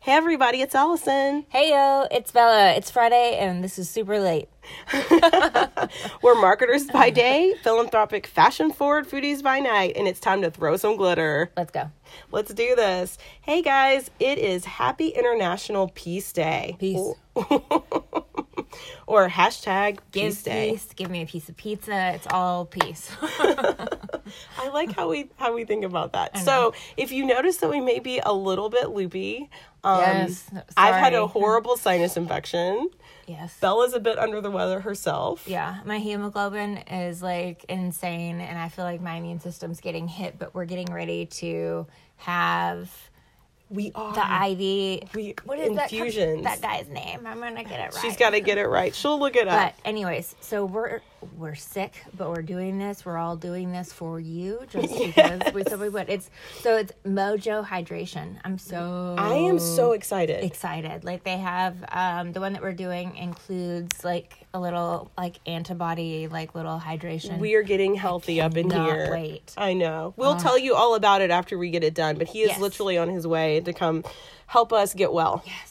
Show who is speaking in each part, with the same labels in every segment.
Speaker 1: Hey everybody, it's Allison.
Speaker 2: Hey yo, it's Bella. It's Friday and this is super late.
Speaker 1: We're marketers by day, philanthropic fashion forward foodies by night, and it's time to throw some glitter.
Speaker 2: Let's go.
Speaker 1: Let's do this. Hey guys, it is Happy International Peace Day.
Speaker 2: Peace.
Speaker 1: Or hashtag
Speaker 2: Give
Speaker 1: Peace Day.
Speaker 2: peace. Give me a piece of pizza. It's all peace.
Speaker 1: I like how we how we think about that. So if you notice that we may be a little bit loopy, um,
Speaker 2: Yes, no,
Speaker 1: I've had a
Speaker 2: sorry.
Speaker 1: horrible sinus infection.
Speaker 2: yes.
Speaker 1: Bella's a bit under the weather herself.
Speaker 2: Yeah, my hemoglobin is like insane and I feel like my immune system's getting hit, but we're getting ready to have
Speaker 1: We are.
Speaker 2: the IV.
Speaker 1: we-
Speaker 2: What is that? com-
Speaker 1: infusions.
Speaker 2: That guy's name. I'm gonna get it right.
Speaker 1: She's got to get it right. She'll look it up.
Speaker 2: But anyways, so we're we're sick, but we're doing this. We're all doing this for you, just because we said we would. It's so it's Mojo Hydration. I'm so
Speaker 1: I am so excited.
Speaker 2: excited. Like they have um, the one that we're doing includes like a little like antibody like little hydration.
Speaker 1: we are getting healthy up in
Speaker 2: cannot
Speaker 1: here.
Speaker 2: wait. Uh.
Speaker 1: I know. We'll tell you all about it after we get it done, but he is
Speaker 2: Yes.
Speaker 1: literally on his way to come help us get well.
Speaker 2: yes.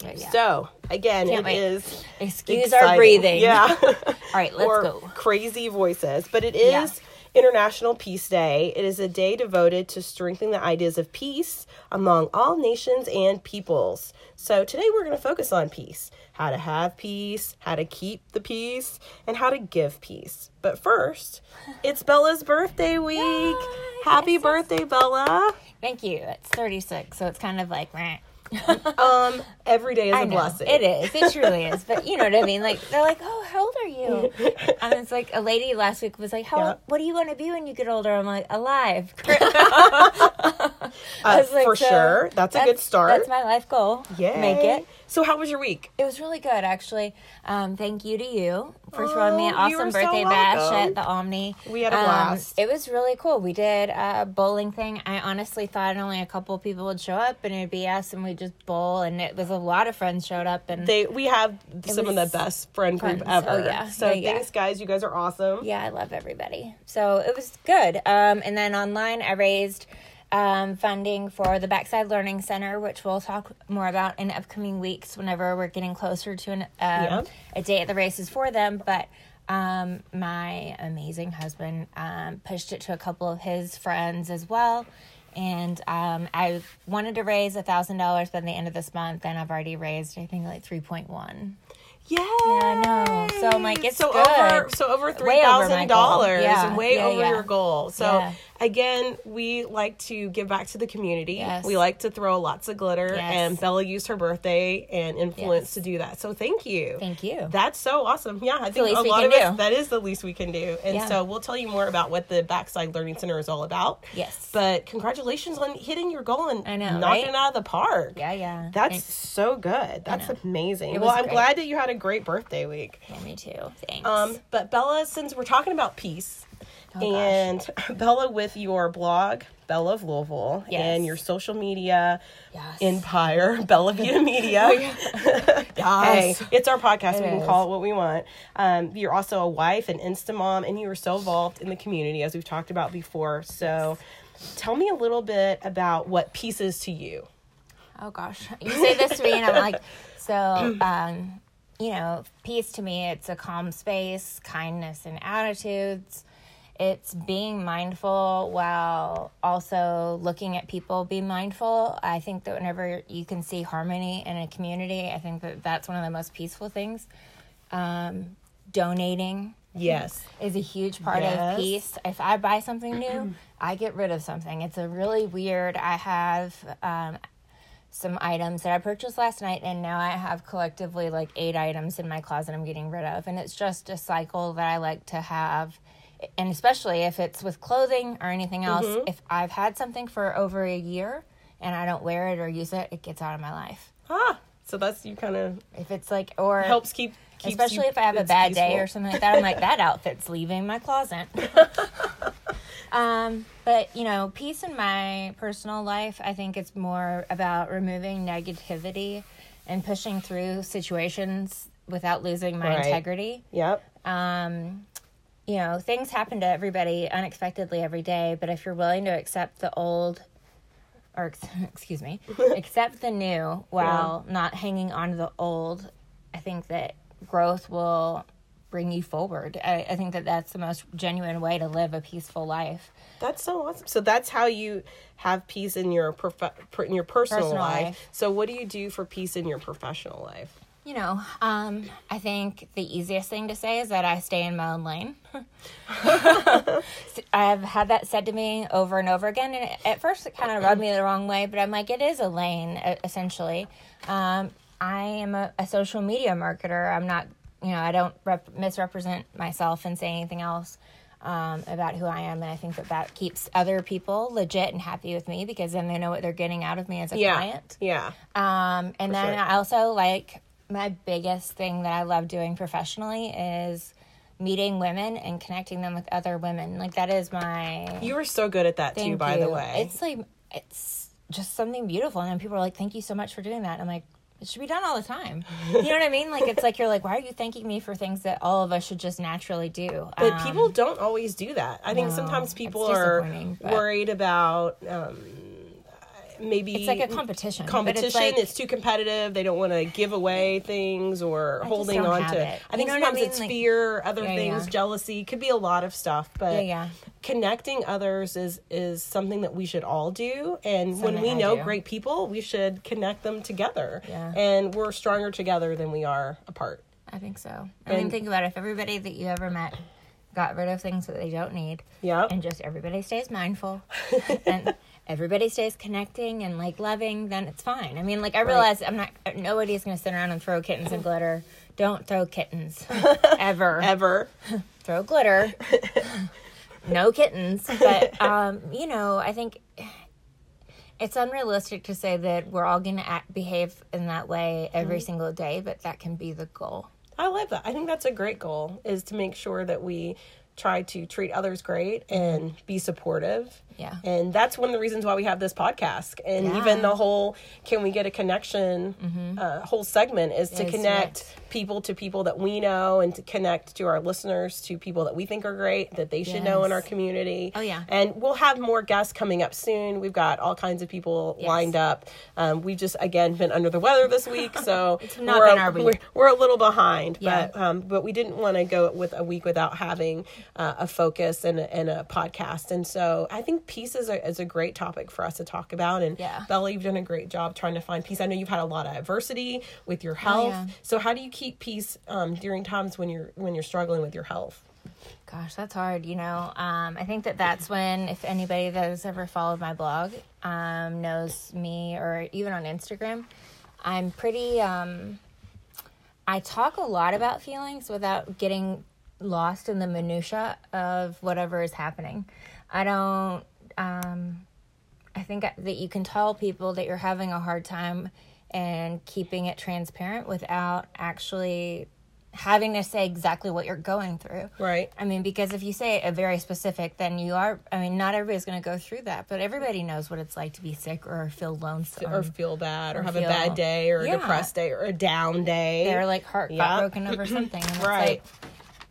Speaker 2: But yeah.
Speaker 1: So, again, it
Speaker 2: Can't wait.
Speaker 1: is
Speaker 2: Excuse
Speaker 1: exciting.
Speaker 2: our breathing.
Speaker 1: Yeah.
Speaker 2: All right, let's
Speaker 1: or
Speaker 2: go.
Speaker 1: crazy voices, but it is
Speaker 2: Yeah.
Speaker 1: International Peace Day. It is a day devoted to strengthening the ideas of peace among all nations and peoples. So today we're going to focus on peace, how to have peace, how to keep the peace, and how to give peace. But first, it's Bella's birthday week. Happy birthday, Bella.
Speaker 2: Thank you. It's 36, so it's kind of like. meh.
Speaker 1: Um every day is a
Speaker 2: I know.
Speaker 1: blessing.
Speaker 2: It is. It truly is. But you know what I mean? Like they're like, "Oh, how old are you?" And it's like a lady last week was like, "How?
Speaker 1: Yeah.
Speaker 2: What do you want to be when you get older?" I'm like, "Alive."
Speaker 1: Uh,
Speaker 2: was like,
Speaker 1: for
Speaker 2: so
Speaker 1: sure. That's, a good start.
Speaker 2: That's my life goal.
Speaker 1: Yay.
Speaker 2: Make it.
Speaker 1: So how was your week?
Speaker 2: It was really good, actually. Um, thank you to you for throwing me an
Speaker 1: Oh, you
Speaker 2: awesome
Speaker 1: are so
Speaker 2: birthday bash
Speaker 1: welcome.
Speaker 2: at the Omni.
Speaker 1: We had a
Speaker 2: Um,
Speaker 1: blast.
Speaker 2: it was really cool. We did a bowling thing. I honestly thought only a couple people would show up, and it'd be us, and we'd just bowl. And it was a lot of friends showed up, and
Speaker 1: They we have some of
Speaker 2: was
Speaker 1: the best friend group
Speaker 2: friends.
Speaker 1: ever.
Speaker 2: Oh, yeah.
Speaker 1: So
Speaker 2: Yeah, yeah.
Speaker 1: thanks guys, you guys are awesome.
Speaker 2: yeah i love everybody so it was good um, and then online i raised um, funding for the backside learning center which we'll talk more about in upcoming weeks whenever we're getting closer to an, um, a day at the races for them but um, my amazing husband um, pushed it to a couple of his friends as well and um, i wanted to raise $1000 by the end of this month and i've already raised i think like 3.1
Speaker 1: Yeah.
Speaker 2: I know. So I'm like, it's
Speaker 1: so
Speaker 2: good.
Speaker 1: over so over three
Speaker 2: Way over my
Speaker 1: thousand
Speaker 2: goal.
Speaker 1: dollars
Speaker 2: Yeah,
Speaker 1: way
Speaker 2: yeah,
Speaker 1: over
Speaker 2: yeah.
Speaker 1: your goal. So
Speaker 2: Yeah.
Speaker 1: again, we like to give back to the community.
Speaker 2: Yes.
Speaker 1: We like to throw lots of glitter
Speaker 2: Yes.
Speaker 1: and Bella used her birthday and influence
Speaker 2: Yes.
Speaker 1: to do that. So thank you.
Speaker 2: thank you
Speaker 1: That's so awesome. Yeah, I
Speaker 2: the
Speaker 1: think a
Speaker 2: least we
Speaker 1: lot of
Speaker 2: can
Speaker 1: us,
Speaker 2: do.
Speaker 1: that is the least we can do. And
Speaker 2: Yeah.
Speaker 1: so we'll tell you more about what the Backside Learning Center is all about.
Speaker 2: Yes.
Speaker 1: But congratulations on hitting your goal and
Speaker 2: I know,
Speaker 1: knocking
Speaker 2: right?
Speaker 1: it out of the park.
Speaker 2: yeah yeah
Speaker 1: That's so good. That's amazing. Well,
Speaker 2: was
Speaker 1: I'm
Speaker 2: great.
Speaker 1: glad that you had a great birthday week.
Speaker 2: Yeah, me too. Thanks. Oh,
Speaker 1: Um, but Bella, since we're talking about peace,
Speaker 2: gosh.
Speaker 1: and Bella with your blog, Bella of Louisville,
Speaker 2: Yes.
Speaker 1: and your social media
Speaker 2: Yes. Oh,
Speaker 1: empire, Bella Vita Media. Hey,
Speaker 2: Yes.
Speaker 1: it's our podcast.
Speaker 2: It
Speaker 1: we can
Speaker 2: is.
Speaker 1: call it what we want. Um, you're also a wife, an Insta mom, and you are so involved in the community, as we've talked about before. So tell me a little bit about what peace is to you.
Speaker 2: oh gosh, you say this to me, and I'm like, so, um, you know, peace to me. It's a calm space, kindness and attitudes. It's being mindful while also looking at people. Be mindful. I think that whenever you can see harmony in a community, I think that that's one of the most peaceful things. Um, donating.
Speaker 1: Yes.
Speaker 2: is a huge part
Speaker 1: Yes.
Speaker 2: of peace. If I buy something new, I get rid of something. It's a really weird. I have um, some items that I purchased last night, and now I have collectively like eight items in my closet I'm getting rid of. And it's just a cycle that I like to have. And especially if it's with clothing or anything else,
Speaker 1: Mm-hmm.
Speaker 2: if I've had something for over a year and I don't wear it or use it, it gets out of my life.
Speaker 1: Ah, so that's you kind of
Speaker 2: If it's like, or
Speaker 1: helps keep. keeps
Speaker 2: Uh, especially
Speaker 1: you-
Speaker 2: if I have a
Speaker 1: it's
Speaker 2: bad day
Speaker 1: peaceful.
Speaker 2: or something like that. I'm like, that outfit's leaving my closet. um, but you know, peace in my personal life, I think it's more about removing negativity and pushing through situations without losing my
Speaker 1: Right.
Speaker 2: integrity
Speaker 1: Yep.
Speaker 2: um, you know, things happen to everybody unexpectedly every day, but if you're willing to accept the old or ex- excuse me, accept the new while not hanging on to the old. I think that growth will bring you forward. I, I think that that's the most genuine way to live a peaceful life.
Speaker 1: That's so awesome. So that's how you have peace in your prof- per- in your personal,
Speaker 2: Personal
Speaker 1: life.
Speaker 2: life.
Speaker 1: So what do you do for peace in your professional life?
Speaker 2: You know, um, I think the easiest thing to say is that I stay in my own lane. I've had that said to me over and over again, and at first it kind of rubbed me the wrong way, but I'm like, it is a lane, e- essentially. Um, I am a, a social media marketer. I'm not, you know, I don't rep- misrepresent myself and say anything else um, about who I am, and I think that that keeps other people legit and happy with me because then they know what they're getting out of me as a
Speaker 1: Yeah.
Speaker 2: client.
Speaker 1: Yeah.
Speaker 2: Um, and then
Speaker 1: sure.
Speaker 2: I also like my biggest thing that I love doing professionally is meeting women and connecting them with other women. Like that is my
Speaker 1: You were so good at that too,
Speaker 2: thank
Speaker 1: by the
Speaker 2: you.
Speaker 1: way.
Speaker 2: It's like it's just something beautiful, and then people are like, "Thank you so much for doing that." And I'm like. It should be done all the time. You know what I mean? Like it's like you're like, why are you thanking me for things that all of us should just naturally do?
Speaker 1: But
Speaker 2: Um,
Speaker 1: people don't always do that. I think sometimes
Speaker 2: it's
Speaker 1: people are
Speaker 2: disappointing, but-
Speaker 1: worried about um, maybe
Speaker 2: it's like a competition. but
Speaker 1: competition.
Speaker 2: it's
Speaker 1: It's,
Speaker 2: like,
Speaker 1: too competitive. They don't want to give away things or holding
Speaker 2: don't
Speaker 1: on
Speaker 2: have
Speaker 1: to.
Speaker 2: it.
Speaker 1: I think
Speaker 2: You know what I
Speaker 1: sometimes
Speaker 2: mean?
Speaker 1: it's
Speaker 2: Like-
Speaker 1: fear, other
Speaker 2: Yeah,
Speaker 1: things,
Speaker 2: yeah.
Speaker 1: jealousy. Could be a lot of stuff, but
Speaker 2: Yeah, yeah.
Speaker 1: connecting others is is something that we should all do. And when
Speaker 2: Something
Speaker 1: we
Speaker 2: I
Speaker 1: know
Speaker 2: do.
Speaker 1: great people, we should connect them together.
Speaker 2: Yeah.
Speaker 1: And we're stronger together than we are apart.
Speaker 2: I think so. I mean,
Speaker 1: And-
Speaker 2: think about it. If everybody that you ever met got rid of things that they don't need,
Speaker 1: Yep.
Speaker 2: and just everybody stays mindful, and everybody stays connecting and like loving, then it's fine. I mean, like I realize I'm not. Nobody's gonna sit around and throw kittens and glitter. Don't throw kittens ever.
Speaker 1: Ever.
Speaker 2: throw glitter. no kittens, but um, you know, I think it's unrealistic to say that we're all gonna act, behave in that way every
Speaker 1: Mm-hmm.
Speaker 2: single day, but that can be the goal.
Speaker 1: I love that. I think that's a great goal is to make sure that we try to treat others great and be supportive.
Speaker 2: Mm-hmm. Yeah.
Speaker 1: And that's one of the reasons why we have this podcast. And
Speaker 2: Yeah. Mm-hmm.
Speaker 1: even the whole can we get a connection uh, whole segment is to
Speaker 2: Is
Speaker 1: connect people to people that we know and to connect to our listeners to people that we think are great that they should know in our
Speaker 2: Yes.
Speaker 1: community.
Speaker 2: Oh, yeah.
Speaker 1: And we'll have more guests coming up soon. We've got all kinds of people lined up. Um, we've just again been under the weather this week, so it's
Speaker 2: not
Speaker 1: we're,
Speaker 2: been
Speaker 1: a-
Speaker 2: our week.
Speaker 1: we're- we're a little behind,
Speaker 2: Yeah.
Speaker 1: but um, but we didn't want to go with a week without having uh, a focus and a, and a podcast. And so I think peace is a, is a great topic for us to talk about. And
Speaker 2: Yeah.
Speaker 1: Bella, you've done a great job trying to find peace. I know you've had a lot of adversity with your health.
Speaker 2: Oh, yeah.
Speaker 1: So how do you keep peace um, during times when you're when you're struggling with your health?
Speaker 2: Gosh, that's hard, you know. Um, I think that that's when, if anybody that has ever followed my blog um, knows me or even on Instagram, I'm pretty, um, I talk a lot about feelings without getting lost in the minutia of whatever is happening. I don't, um, I think that you can tell people that you're having a hard time and keeping it transparent without actually having to say exactly what you're going through.
Speaker 1: Right.
Speaker 2: I mean, because if you say a very specific, then you are. I mean, not everybody's going to go through that, but everybody knows what it's like to be sick or feel lonesome.
Speaker 1: Or feel bad, or, have a
Speaker 2: Um, feel-
Speaker 1: bad day, or
Speaker 2: Yeah.
Speaker 1: a depressed day, or a down day.
Speaker 2: They're like heart
Speaker 1: Yeah.
Speaker 2: got broken over something. And it's
Speaker 1: Right.
Speaker 2: Like,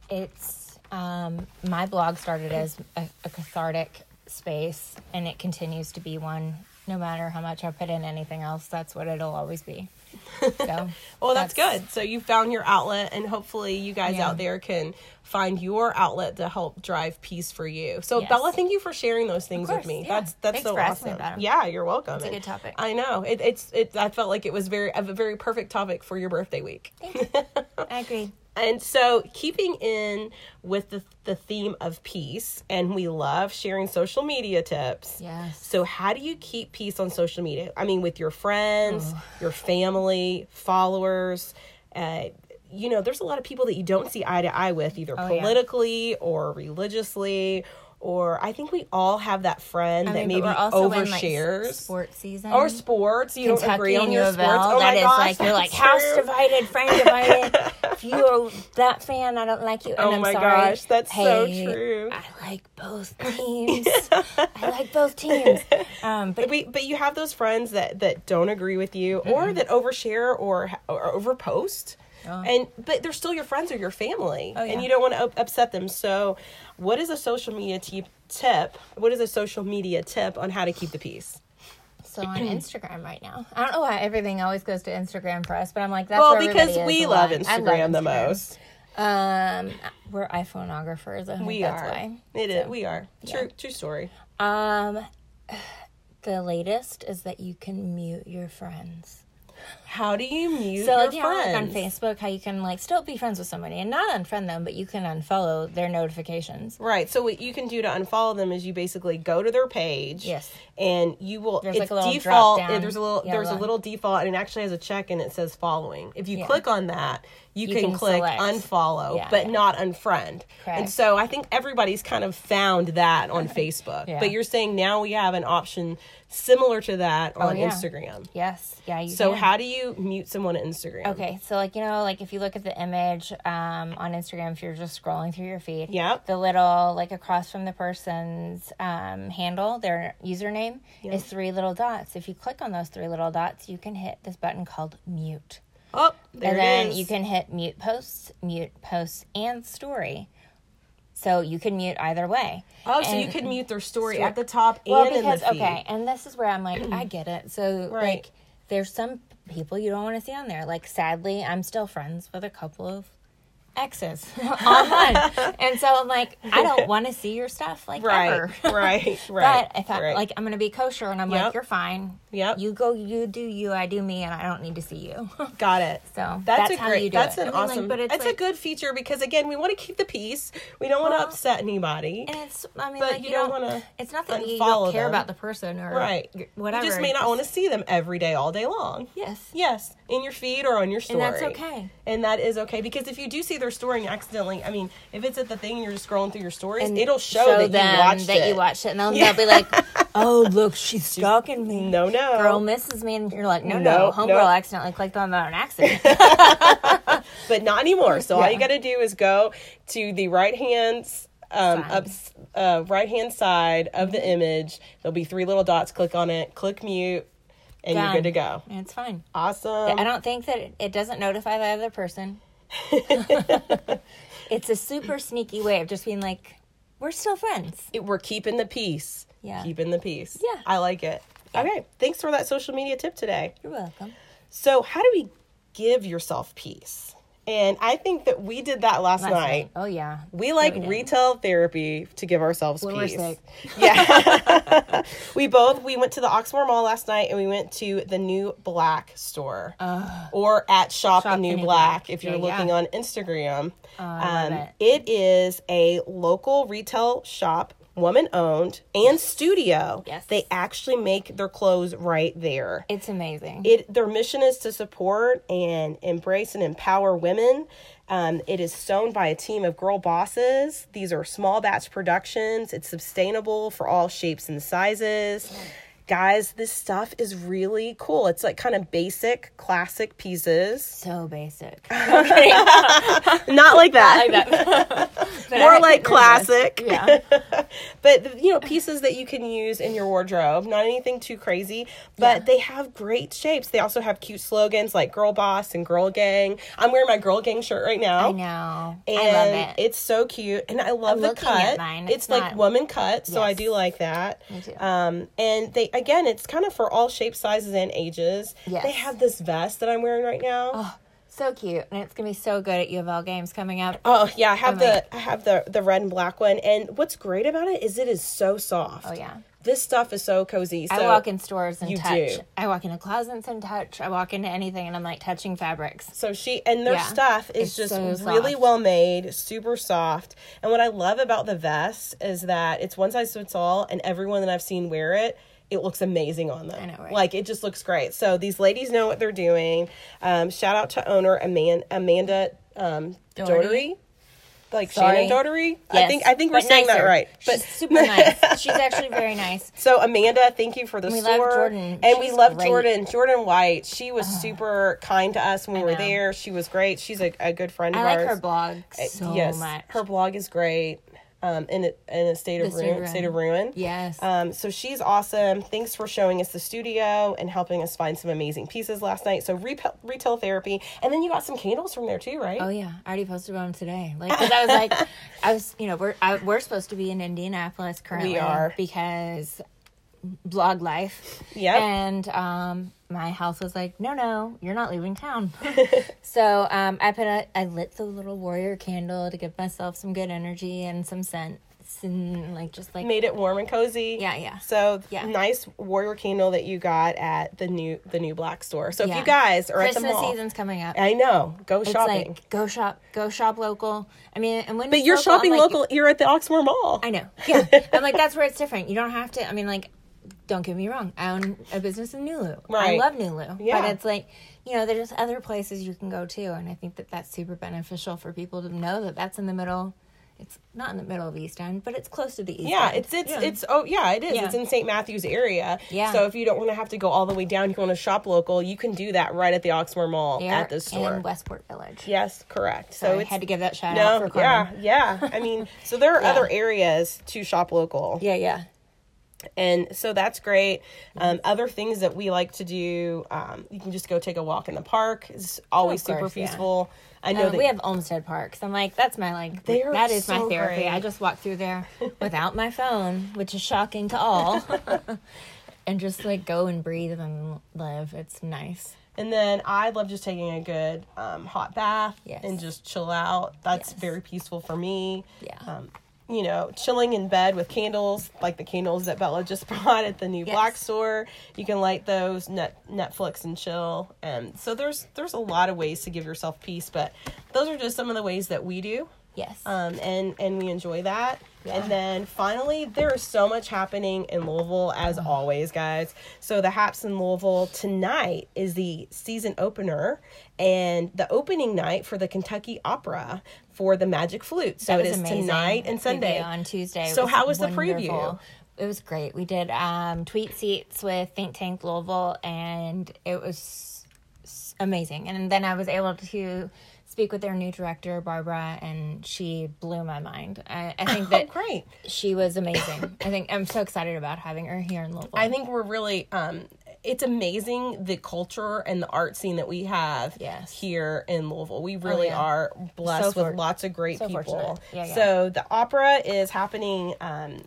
Speaker 2: it's um, my blog started as a, a cathartic space, and it continues to be one. No matter how much I put in anything else, that's what it'll always be. So,
Speaker 1: Well, that's, good. So you found your outlet, and hopefully, you guys
Speaker 2: Yeah.
Speaker 1: out there can find your outlet to help drive peace for you. So,
Speaker 2: Yes.
Speaker 1: Bella, thank you for sharing those things
Speaker 2: Of
Speaker 1: with me.
Speaker 2: course, yeah.
Speaker 1: That's that's
Speaker 2: Thanks
Speaker 1: so
Speaker 2: for asking
Speaker 1: awesome.
Speaker 2: me about 'em.
Speaker 1: Yeah, you're welcome. It's
Speaker 2: a good topic.
Speaker 1: I know it, it's it. I felt like it was very a very perfect topic for your birthday week.
Speaker 2: I agree.
Speaker 1: And so, keeping in with the, the theme of peace, and we love sharing social media tips.
Speaker 2: Yes.
Speaker 1: So, how do you keep peace on social media? I mean, with your friends, your family, followers. Uh, you know, there's a lot of people that you don't see eye to eye with, either
Speaker 2: Oh, yeah.
Speaker 1: politically or religiously. Or I think we all have that friend that
Speaker 2: I
Speaker 1: maybe
Speaker 2: mean, but we're also in, like,
Speaker 1: overshares.
Speaker 2: sports season
Speaker 1: or sports, you don't agree
Speaker 2: Kentucky
Speaker 1: on
Speaker 2: and U
Speaker 1: your
Speaker 2: of
Speaker 1: sports.
Speaker 2: L.
Speaker 1: Oh
Speaker 2: that
Speaker 1: my
Speaker 2: is
Speaker 1: gosh,
Speaker 2: like you're like
Speaker 1: that's
Speaker 2: house
Speaker 1: true.
Speaker 2: divided, friend divided. if you are that fan, I don't like you. And
Speaker 1: Oh
Speaker 2: I'm
Speaker 1: my
Speaker 2: sorry.
Speaker 1: gosh, that's so
Speaker 2: Hey,
Speaker 1: true.
Speaker 2: I like both teams. I like both teams. Um, but
Speaker 1: But, but you have those friends that, that don't agree with you or that overshare or, or overpost. And but they're still your friends or your family,
Speaker 2: yeah.
Speaker 1: and you don't want to up- upset them. So, what is a social media te- tip? What is a social media tip on how to keep the peace?
Speaker 2: also on Instagram right now. I don't know why everything always goes to Instagram for us, but I'm like, that's
Speaker 1: Well,
Speaker 2: where everybody
Speaker 1: because
Speaker 2: is
Speaker 1: we
Speaker 2: a
Speaker 1: love
Speaker 2: lot. I
Speaker 1: Instagram, the
Speaker 2: Instagram.
Speaker 1: most.
Speaker 2: Um, we're iPhoneographers. I think
Speaker 1: We
Speaker 2: that's
Speaker 1: are.
Speaker 2: why.
Speaker 1: It is. We are. True. True story.
Speaker 2: Um, the latest is that you can mute your friends.
Speaker 1: How do you mute
Speaker 2: So
Speaker 1: your
Speaker 2: like, you know, like on
Speaker 1: friends?
Speaker 2: Facebook, how you can like still be friends with somebody and not unfriend them, but you can unfollow their notifications.
Speaker 1: Right. So what you can do to unfollow them is you basically go to their page.
Speaker 2: Yes.
Speaker 1: And you will.
Speaker 2: There's
Speaker 1: it's
Speaker 2: like a little drop
Speaker 1: default.
Speaker 2: down.
Speaker 1: and there's a little.
Speaker 2: Yeah,
Speaker 1: there's a
Speaker 2: little-
Speaker 1: little default, and it actually has a check, and it says following. If you click on that, you, can,
Speaker 2: can
Speaker 1: click
Speaker 2: select.
Speaker 1: unfollow,
Speaker 2: Yeah,
Speaker 1: but
Speaker 2: yeah.
Speaker 1: not unfriend. And
Speaker 2: Correct.
Speaker 1: so I think everybody's kind of found that on Facebook.
Speaker 2: Yeah.
Speaker 1: But you're saying now we have an option similar to that on
Speaker 2: Oh, yeah.
Speaker 1: Instagram.
Speaker 2: Yes, yeah. You
Speaker 1: So
Speaker 2: can.
Speaker 1: how do you mute someone on Instagram?
Speaker 2: Okay, so like you know, like if you look at the image um, on Instagram, if you're just scrolling through your feed,
Speaker 1: Yep.
Speaker 2: the little like across from the person's um, handle, their username is three little dots. If you click on those three little dots, you can hit this button called mute,
Speaker 1: Oh, there
Speaker 2: and
Speaker 1: it
Speaker 2: then
Speaker 1: is.
Speaker 2: you can hit mute posts, mute posts, and story. So you can mute either way.
Speaker 1: Oh, so you
Speaker 2: And-
Speaker 1: could mute their story at the top
Speaker 2: well,
Speaker 1: and
Speaker 2: because
Speaker 1: in the feed.
Speaker 2: okay, and this is where I'm like, I get it. So
Speaker 1: Right.
Speaker 2: like, there's some people you don't want to see on there. Like, sadly, I'm still friends with a couple of exes online, and so I'm like, I don't want to see your stuff like
Speaker 1: Right,
Speaker 2: ever.
Speaker 1: right, right.
Speaker 2: But if I
Speaker 1: right.
Speaker 2: like, I'm gonna be kosher, and I'm
Speaker 1: Yep.
Speaker 2: like, you're fine.
Speaker 1: Yep.
Speaker 2: You go, you do you, I do me, and I don't need to see you.
Speaker 1: Got it.
Speaker 2: So
Speaker 1: That's, a
Speaker 2: how
Speaker 1: great.
Speaker 2: you do
Speaker 1: that's an
Speaker 2: it. I mean, like,
Speaker 1: awesome.
Speaker 2: but it's,
Speaker 1: it's
Speaker 2: like-
Speaker 1: a good feature because again, we want to keep the peace. We don't want to
Speaker 2: Well,
Speaker 1: upset anybody.
Speaker 2: And it's, I mean,
Speaker 1: But
Speaker 2: like
Speaker 1: you
Speaker 2: you,
Speaker 1: don't
Speaker 2: don't,
Speaker 1: wanna
Speaker 2: It's not that you
Speaker 1: unfollow
Speaker 2: don't care
Speaker 1: them.
Speaker 2: about the person or
Speaker 1: Right.
Speaker 2: whatever.
Speaker 1: You just may not want to see them every day, all day long.
Speaker 2: Yes.
Speaker 1: Yes, in your feed or on your story.
Speaker 2: And that's okay.
Speaker 1: And that is okay because if you do see their story and you accidentally, I mean, if it's at the thing and you're just scrolling through your stories,
Speaker 2: and
Speaker 1: it'll show, that
Speaker 2: them
Speaker 1: you watched
Speaker 2: that
Speaker 1: it.
Speaker 2: you watched it, and they'll, they'll be like, "Oh, look, she's stalking me."
Speaker 1: No, no.
Speaker 2: girl misses me, and you're like, "No,
Speaker 1: No,
Speaker 2: no, homegirl
Speaker 1: no.
Speaker 2: accidentally clicked on that on accident."
Speaker 1: but not anymore. So all
Speaker 2: Yeah.
Speaker 1: you got to do is go to the right hand um,
Speaker 2: Side.
Speaker 1: up uh, right hand side of the image. There'll be three little dots. Click on it. Click mute, and you're good to go. Um,
Speaker 2: And it's fine.
Speaker 1: Awesome.
Speaker 2: I don't think that it, it doesn't notify the other person. it's a super sneaky way of just being like, "We're still friends."
Speaker 1: It- we're keeping the peace.
Speaker 2: Yeah.
Speaker 1: Keeping the peace.
Speaker 2: Yeah.
Speaker 1: I like it. Okay. Thanks for that social media tip today.
Speaker 2: You're welcome.
Speaker 1: So how do we give yourself peace? And I think that we did that last,
Speaker 2: That's
Speaker 1: night.
Speaker 2: right. Oh yeah.
Speaker 1: We like
Speaker 2: did.
Speaker 1: retail therapy to give ourselves
Speaker 2: When we're
Speaker 1: peace.
Speaker 2: sick.
Speaker 1: Yeah. we both we went to the Oxmoor Mall last night and we went to the new black store. or at Shop, the
Speaker 2: Shop
Speaker 1: New
Speaker 2: the New
Speaker 1: Black,
Speaker 2: Black.
Speaker 1: if you're
Speaker 2: Yeah,
Speaker 1: looking
Speaker 2: yeah.
Speaker 1: on Instagram. Um,
Speaker 2: I love
Speaker 1: it is a local retail shop, woman owned and studio.
Speaker 2: Yes.
Speaker 1: They actually make their clothes right there
Speaker 2: It's amazing.
Speaker 1: it their mission is to support and embrace and empower women um, it is sewn by a team of girl bosses these are small batch productions it's sustainable for all shapes and sizes guys this stuff is really cool it's like kind of basic classic pieces
Speaker 2: so basic.
Speaker 1: not like that
Speaker 2: But
Speaker 1: more
Speaker 2: I-
Speaker 1: like classic
Speaker 2: Yeah.
Speaker 1: but you know pieces that you can use in your wardrobe not anything too crazy but they have great shapes they also have cute slogans like girl boss and girl gang i'm wearing my girl gang shirt right now
Speaker 2: I know.
Speaker 1: and
Speaker 2: I love it.
Speaker 1: it's so cute and i love
Speaker 2: I'm
Speaker 1: the
Speaker 2: looking
Speaker 1: cut
Speaker 2: at mine.
Speaker 1: it's,
Speaker 2: It's
Speaker 1: like
Speaker 2: not-
Speaker 1: woman cut so i
Speaker 2: Yes.
Speaker 1: do like that Me
Speaker 2: too.
Speaker 1: um and they again it's kind of for all shapes sizes and ages
Speaker 2: Yes. Oh,
Speaker 1: they have this vest that i'm wearing right now
Speaker 2: So cute, and it's gonna be so good at U of L games coming up.
Speaker 1: Oh yeah, I have
Speaker 2: my-
Speaker 1: the I have the the red and black one, and what's great about it is it is so soft.
Speaker 2: Oh, yeah.
Speaker 1: this stuff is so cozy. So
Speaker 2: I walk in stores and
Speaker 1: you
Speaker 2: touch.
Speaker 1: do.
Speaker 2: I walk into closets and touch. I walk into anything and I'm like touching fabrics.
Speaker 1: So she and their
Speaker 2: Yeah.
Speaker 1: stuff is
Speaker 2: It's
Speaker 1: just
Speaker 2: so
Speaker 1: really
Speaker 2: soft.
Speaker 1: well made, super soft. And what I love about the vest is that it's one size fits all, and everyone that I've seen wear it, it looks amazing on them.
Speaker 2: I know, right?
Speaker 1: Like it just looks great. So these ladies know what they're doing. Um, shout out to owner Amanda Amanda um, Doherty.
Speaker 2: Doherty?
Speaker 1: Like
Speaker 2: Sorry.
Speaker 1: Shannon Doherty. I
Speaker 2: Yes,
Speaker 1: think I think we're
Speaker 2: but
Speaker 1: saying that
Speaker 2: nicer.
Speaker 1: right. But
Speaker 2: She's super nice. She's actually very nice.
Speaker 1: So Amanda, thank you for the
Speaker 2: We love
Speaker 1: store.
Speaker 2: Jordan.
Speaker 1: And we
Speaker 2: She's
Speaker 1: love
Speaker 2: great.
Speaker 1: Jordan. Jordan White. She was super kind to us when we were
Speaker 2: know.
Speaker 1: there. She was great. She's a, a good friend
Speaker 2: I
Speaker 1: of
Speaker 2: like
Speaker 1: ours.
Speaker 2: her blog so
Speaker 1: Uh, yes,
Speaker 2: much.
Speaker 1: her blog is great. Um, in a, in a state of
Speaker 2: The State of
Speaker 1: ruin,
Speaker 2: Ruin.
Speaker 1: state of ruin.
Speaker 2: Yes.
Speaker 1: Um, so she's awesome. Thanks for showing us the studio and helping us find some amazing pieces last night. So retail, retail therapy, and then you got some candles from there too, right?
Speaker 2: oh yeah, I already posted about them today. Like, 'cause I was like, I was, you know, we're I, we're supposed to be in Indianapolis currently.
Speaker 1: are.
Speaker 2: because blog life.
Speaker 1: Yep.
Speaker 2: And um, my house was like, no, no, you're not leaving town. so um, I put a, I lit the little warrior candle to give myself some good energy and some scents and like just like
Speaker 1: Made it warm and cozy.
Speaker 2: Yeah, yeah.
Speaker 1: So
Speaker 2: Yeah.
Speaker 1: nice warrior candle that you got at the new the new black store. So if
Speaker 2: Yeah.
Speaker 1: you guys are at
Speaker 2: Christmas
Speaker 1: the mall,
Speaker 2: season's coming up.
Speaker 1: I know go
Speaker 2: It's
Speaker 1: shopping.
Speaker 2: like go shop, go shop local. I mean, and when
Speaker 1: but
Speaker 2: it's
Speaker 1: you're
Speaker 2: local, I'm
Speaker 1: shopping
Speaker 2: like,
Speaker 1: local. You're at the Oxmoor Mall.
Speaker 2: I know. Yeah. I'm like, that's where it's different. You don't have to. I mean, like, don't get me wrong. I own a business in Nulu. I
Speaker 1: Right.
Speaker 2: love Nulu.
Speaker 1: Yeah.
Speaker 2: But it's like, you know, there's other places you can go to. And I think that that's super beneficial for people to know that that's in the middle. It's not in the middle of East End, but it's close to the East
Speaker 1: Yeah,
Speaker 2: End.
Speaker 1: it's it's it's oh yeah, it is.
Speaker 2: Yeah.
Speaker 1: It's in St. Matthews area.
Speaker 2: Yeah.
Speaker 1: So if you don't want to have to go all the way down, you want to shop local, you can do that right at the Oxmoor Mall
Speaker 2: There
Speaker 1: at the store.
Speaker 2: In Westport Village.
Speaker 1: yes, correct. So,
Speaker 2: So I
Speaker 1: it's
Speaker 2: had to give that shout out
Speaker 1: no,
Speaker 2: for
Speaker 1: yeah,
Speaker 2: Carmen.
Speaker 1: yeah. I mean, so there are other areas to shop local.
Speaker 2: Yeah, yeah.
Speaker 1: And so that's great. Um, other things that we like to do, um, you can just go take a walk in the park. It's always
Speaker 2: Of course,
Speaker 1: super
Speaker 2: yeah.
Speaker 1: peaceful. I know
Speaker 2: Um,
Speaker 1: that
Speaker 2: we have Olmsted Parks. I'm like, that's my like
Speaker 1: They are
Speaker 2: that is my
Speaker 1: so
Speaker 2: therapy.
Speaker 1: great.
Speaker 2: I just walk through there without my phone, which is shocking to all. and just like go and breathe and live. It's nice.
Speaker 1: And then I love just taking a good um, hot bath
Speaker 2: Yes.
Speaker 1: and just chill out. That's
Speaker 2: Yes.
Speaker 1: very peaceful for me.
Speaker 2: Yeah.
Speaker 1: Um, you know, chilling in bed with candles, like the candles that Bella just bought at the new
Speaker 2: Yes.
Speaker 1: black store. You can light those, net, Netflix and chill. And so there's there's a lot of ways to give yourself peace, but those are just some of the ways that we do
Speaker 2: Yes.
Speaker 1: um, and and we enjoy that.
Speaker 2: Yeah.
Speaker 1: And then finally, there is so much happening in Louisville as
Speaker 2: Mm-hmm.
Speaker 1: always, guys. So the Haps in Louisville tonight is the season opener and the opening night for the Kentucky Opera for the Magic Flute. So
Speaker 2: That
Speaker 1: it
Speaker 2: was
Speaker 1: is
Speaker 2: amazing.
Speaker 1: tonight and
Speaker 2: Preview
Speaker 1: Sunday
Speaker 2: on Tuesday.
Speaker 1: So how was the preview?
Speaker 2: wonderful. It was great. We did um, tweet seats with Think Tank Louisville, and it was s- amazing. And then I was able to speak with their new director, Barbara, and she blew my mind. I, I think
Speaker 1: Oh,
Speaker 2: that
Speaker 1: great.
Speaker 2: she was amazing. I think I'm so excited about having her here in Louisville.
Speaker 1: I think we're really um it's amazing the culture and the art scene that we have
Speaker 2: Yes.
Speaker 1: here in Louisville. We really
Speaker 2: yeah.
Speaker 1: are blessed
Speaker 2: So
Speaker 1: with
Speaker 2: fort-
Speaker 1: lots of great
Speaker 2: so
Speaker 1: people.
Speaker 2: fortunate. Yeah, yeah.
Speaker 1: So the opera is happening um t-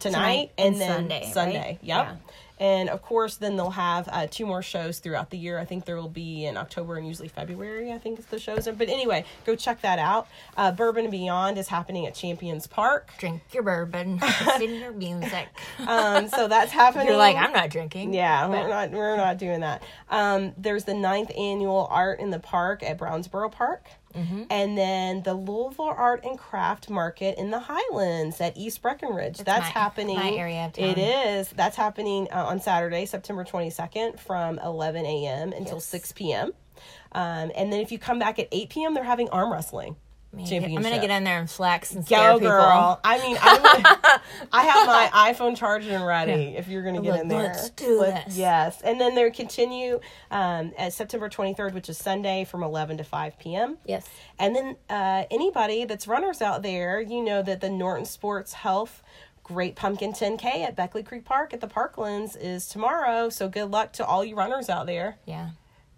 Speaker 1: tonight,
Speaker 2: Tonight
Speaker 1: and,
Speaker 2: and
Speaker 1: then
Speaker 2: Sunday, right?
Speaker 1: Sunday. Yep.
Speaker 2: Yeah.
Speaker 1: And of course, then they'll have uh, two more shows throughout the year. I think there will be in October and usually February, I think, is the shows. But anyway, go check that out. Uh, Bourbon and Beyond is happening at Champions Park.
Speaker 2: Drink your bourbon, sing your music.
Speaker 1: Um, so that's happening.
Speaker 2: You're like, I'm not drinking.
Speaker 1: Yeah, we're not we're not doing that. Um, there's the ninth annual Art in the Park at Brownsboro Park,
Speaker 2: Mm-hmm.
Speaker 1: and then the Louisville Art and Craft Market in the Highlands at East Breckenridge. That's,
Speaker 2: my-
Speaker 1: happening.
Speaker 2: my area of
Speaker 1: It
Speaker 2: town.
Speaker 1: is. That's happening uh, on Saturday, September 22nd, from 11 a.m. until 6 p.m. Um, and then if you come back at 8 p.m., they're having arm wrestling.
Speaker 2: Man,
Speaker 1: Championship.
Speaker 2: I'm gonna get in there and flex and scare
Speaker 1: Go
Speaker 2: people.
Speaker 1: girl! I mean, I, would, I have my iPhone charged and ready. If you're gonna get
Speaker 2: Like,
Speaker 1: in there,
Speaker 2: "Let's do
Speaker 1: Let-
Speaker 2: this."
Speaker 1: Yes, and then they continue um, at September 23rd, which is Sunday, from 11 to 5 p.m.
Speaker 2: Yes.
Speaker 1: And then uh, anybody that's runners out there, you know that the Norton Sports Health Great Pumpkin 10K at Beckley Creek Park at the Parklands is tomorrow. So good luck to all you runners out there.
Speaker 2: Yeah.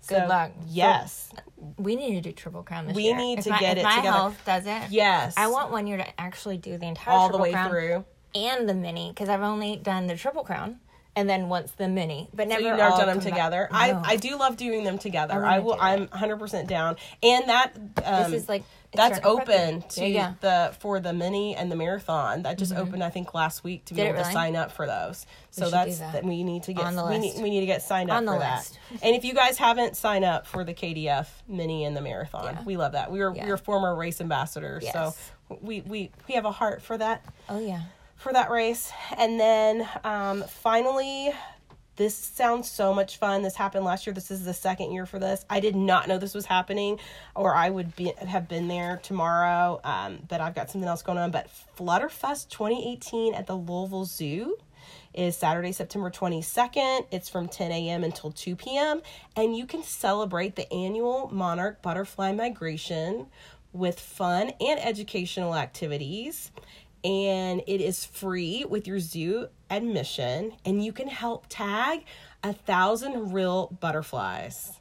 Speaker 2: Good
Speaker 1: So,
Speaker 2: luck.
Speaker 1: Yes.
Speaker 2: We need to do Triple Crown this
Speaker 1: We
Speaker 2: year.
Speaker 1: need
Speaker 2: If
Speaker 1: to
Speaker 2: my,
Speaker 1: get
Speaker 2: if
Speaker 1: it
Speaker 2: my
Speaker 1: together.
Speaker 2: health does it.
Speaker 1: Yes.
Speaker 2: I want one year to actually do the entire
Speaker 1: all the
Speaker 2: Triple
Speaker 1: way
Speaker 2: Crown
Speaker 1: through.
Speaker 2: and the mini because I've only done the Triple Crown and then once the mini, but
Speaker 1: So
Speaker 2: never,
Speaker 1: you've
Speaker 2: all
Speaker 1: never done them
Speaker 2: combi-
Speaker 1: together.
Speaker 2: No.
Speaker 1: I, I do love doing them together.
Speaker 2: wanna
Speaker 1: I will.
Speaker 2: do that.
Speaker 1: I'm 100 percent down. And that um,
Speaker 2: is like- it's
Speaker 1: that's
Speaker 2: circuit
Speaker 1: open
Speaker 2: prepping.
Speaker 1: to
Speaker 2: Yeah, yeah.
Speaker 1: the for the mini and the marathon. That just opened, I think, last week to be
Speaker 2: Did it
Speaker 1: able to
Speaker 2: really?
Speaker 1: sign up for those. So
Speaker 2: should do
Speaker 1: that's
Speaker 2: that.
Speaker 1: that we need to get
Speaker 2: On the
Speaker 1: we
Speaker 2: list.
Speaker 1: need we need to get signed up
Speaker 2: On the
Speaker 1: for that.
Speaker 2: list.
Speaker 1: And if you guys haven't signed up for the KDF mini and the marathon,
Speaker 2: Yeah.
Speaker 1: we love that. We were
Speaker 2: Yeah.
Speaker 1: we were former race ambassadors, so
Speaker 2: Yes.
Speaker 1: we we we have a heart for that
Speaker 2: Oh yeah.
Speaker 1: for that race. And then um, finally, this sounds so much fun. This happened last year. This is the second year for this. I did not know this was happening, or I would be have been there tomorrow. Um, but I've got something else going on. But Flutterfest 2018 at the Louisville Zoo is Saturday, September 22nd. It's from 10 a.m. until 2 p.m. And you can celebrate the annual monarch butterfly migration with fun and educational activities. And it is free with your zoo admission. And you can help tag a thousand real butterflies.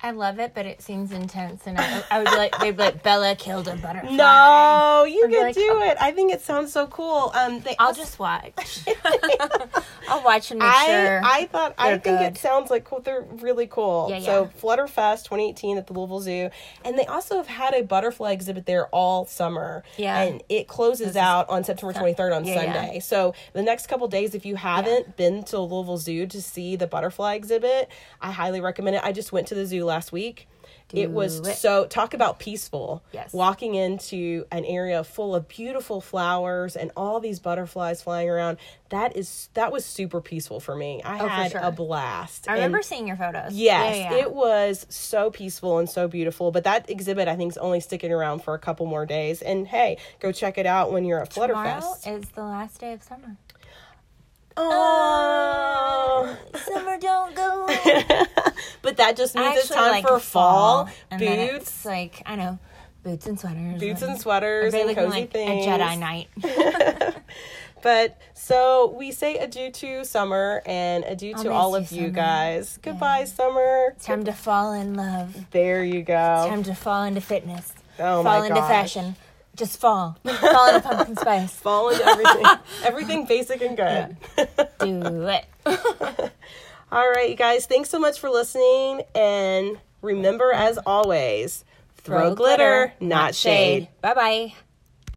Speaker 2: I love it, but it seems intense, and I, I would be like, they'd be like, Bella killed a butterfly.
Speaker 1: No, Oh, you
Speaker 2: I'd be
Speaker 1: can
Speaker 2: like,
Speaker 1: do it. I think it sounds so cool. Um, they
Speaker 2: I'll
Speaker 1: also-
Speaker 2: just watch. I'll watch and make
Speaker 1: I
Speaker 2: sure.
Speaker 1: I thought I
Speaker 2: they're
Speaker 1: think it
Speaker 2: good.
Speaker 1: sounds like cool. They're really cool.
Speaker 2: Yeah,
Speaker 1: So
Speaker 2: yeah.
Speaker 1: Flutterfest 2018 at the Louisville Zoo, and they also have had a butterfly exhibit there all summer.
Speaker 2: Yeah.
Speaker 1: and it closes out on September 23rd on
Speaker 2: Yeah, yeah.
Speaker 1: Sunday. So the next couple days, if you haven't been to Louisville Zoo to see the butterfly exhibit, I highly recommend it. I just went to the zoo last week. it was
Speaker 2: Do it.
Speaker 1: so talk about peaceful.
Speaker 2: Yes.
Speaker 1: Walking into an area full of beautiful flowers and all these butterflies flying around. That is that was super peaceful for me. I
Speaker 2: Oh, for
Speaker 1: had
Speaker 2: sure.
Speaker 1: a blast.
Speaker 2: I remember
Speaker 1: And
Speaker 2: seeing your photos.
Speaker 1: yes,
Speaker 2: Yeah, yeah.
Speaker 1: it was so peaceful and so beautiful. But that exhibit I think is only sticking around for a couple more days. And hey, go check it out when you're at
Speaker 2: Tomorrow
Speaker 1: Flutterfest.
Speaker 2: is the last day of summer.
Speaker 1: Oh.
Speaker 2: Summer don't go.
Speaker 1: But that just means
Speaker 2: I
Speaker 1: it's
Speaker 2: actually
Speaker 1: time
Speaker 2: like
Speaker 1: for fall,
Speaker 2: and then
Speaker 1: boots,
Speaker 2: it's like I know, boots and sweaters,
Speaker 1: boots and sweaters
Speaker 2: Everybody
Speaker 1: and
Speaker 2: looking
Speaker 1: cozy
Speaker 2: like
Speaker 1: things.
Speaker 2: a Jedi Knight.
Speaker 1: But so we say adieu to summer and adieu to
Speaker 2: miss
Speaker 1: all
Speaker 2: you,
Speaker 1: of you
Speaker 2: summer.
Speaker 1: guys. Goodbye, summer.
Speaker 2: It's time to fall in love.
Speaker 1: There you go.
Speaker 2: Time to fall into fitness.
Speaker 1: Oh,
Speaker 2: fall
Speaker 1: my
Speaker 2: into
Speaker 1: gosh.
Speaker 2: fashion. Just fall. fall into pumpkin spice.
Speaker 1: Fall into everything, everything basic and good.
Speaker 2: Do it.
Speaker 1: All right, you guys, thanks so much for listening. And remember, as always, throw, glitter, not shade.
Speaker 2: Bye bye.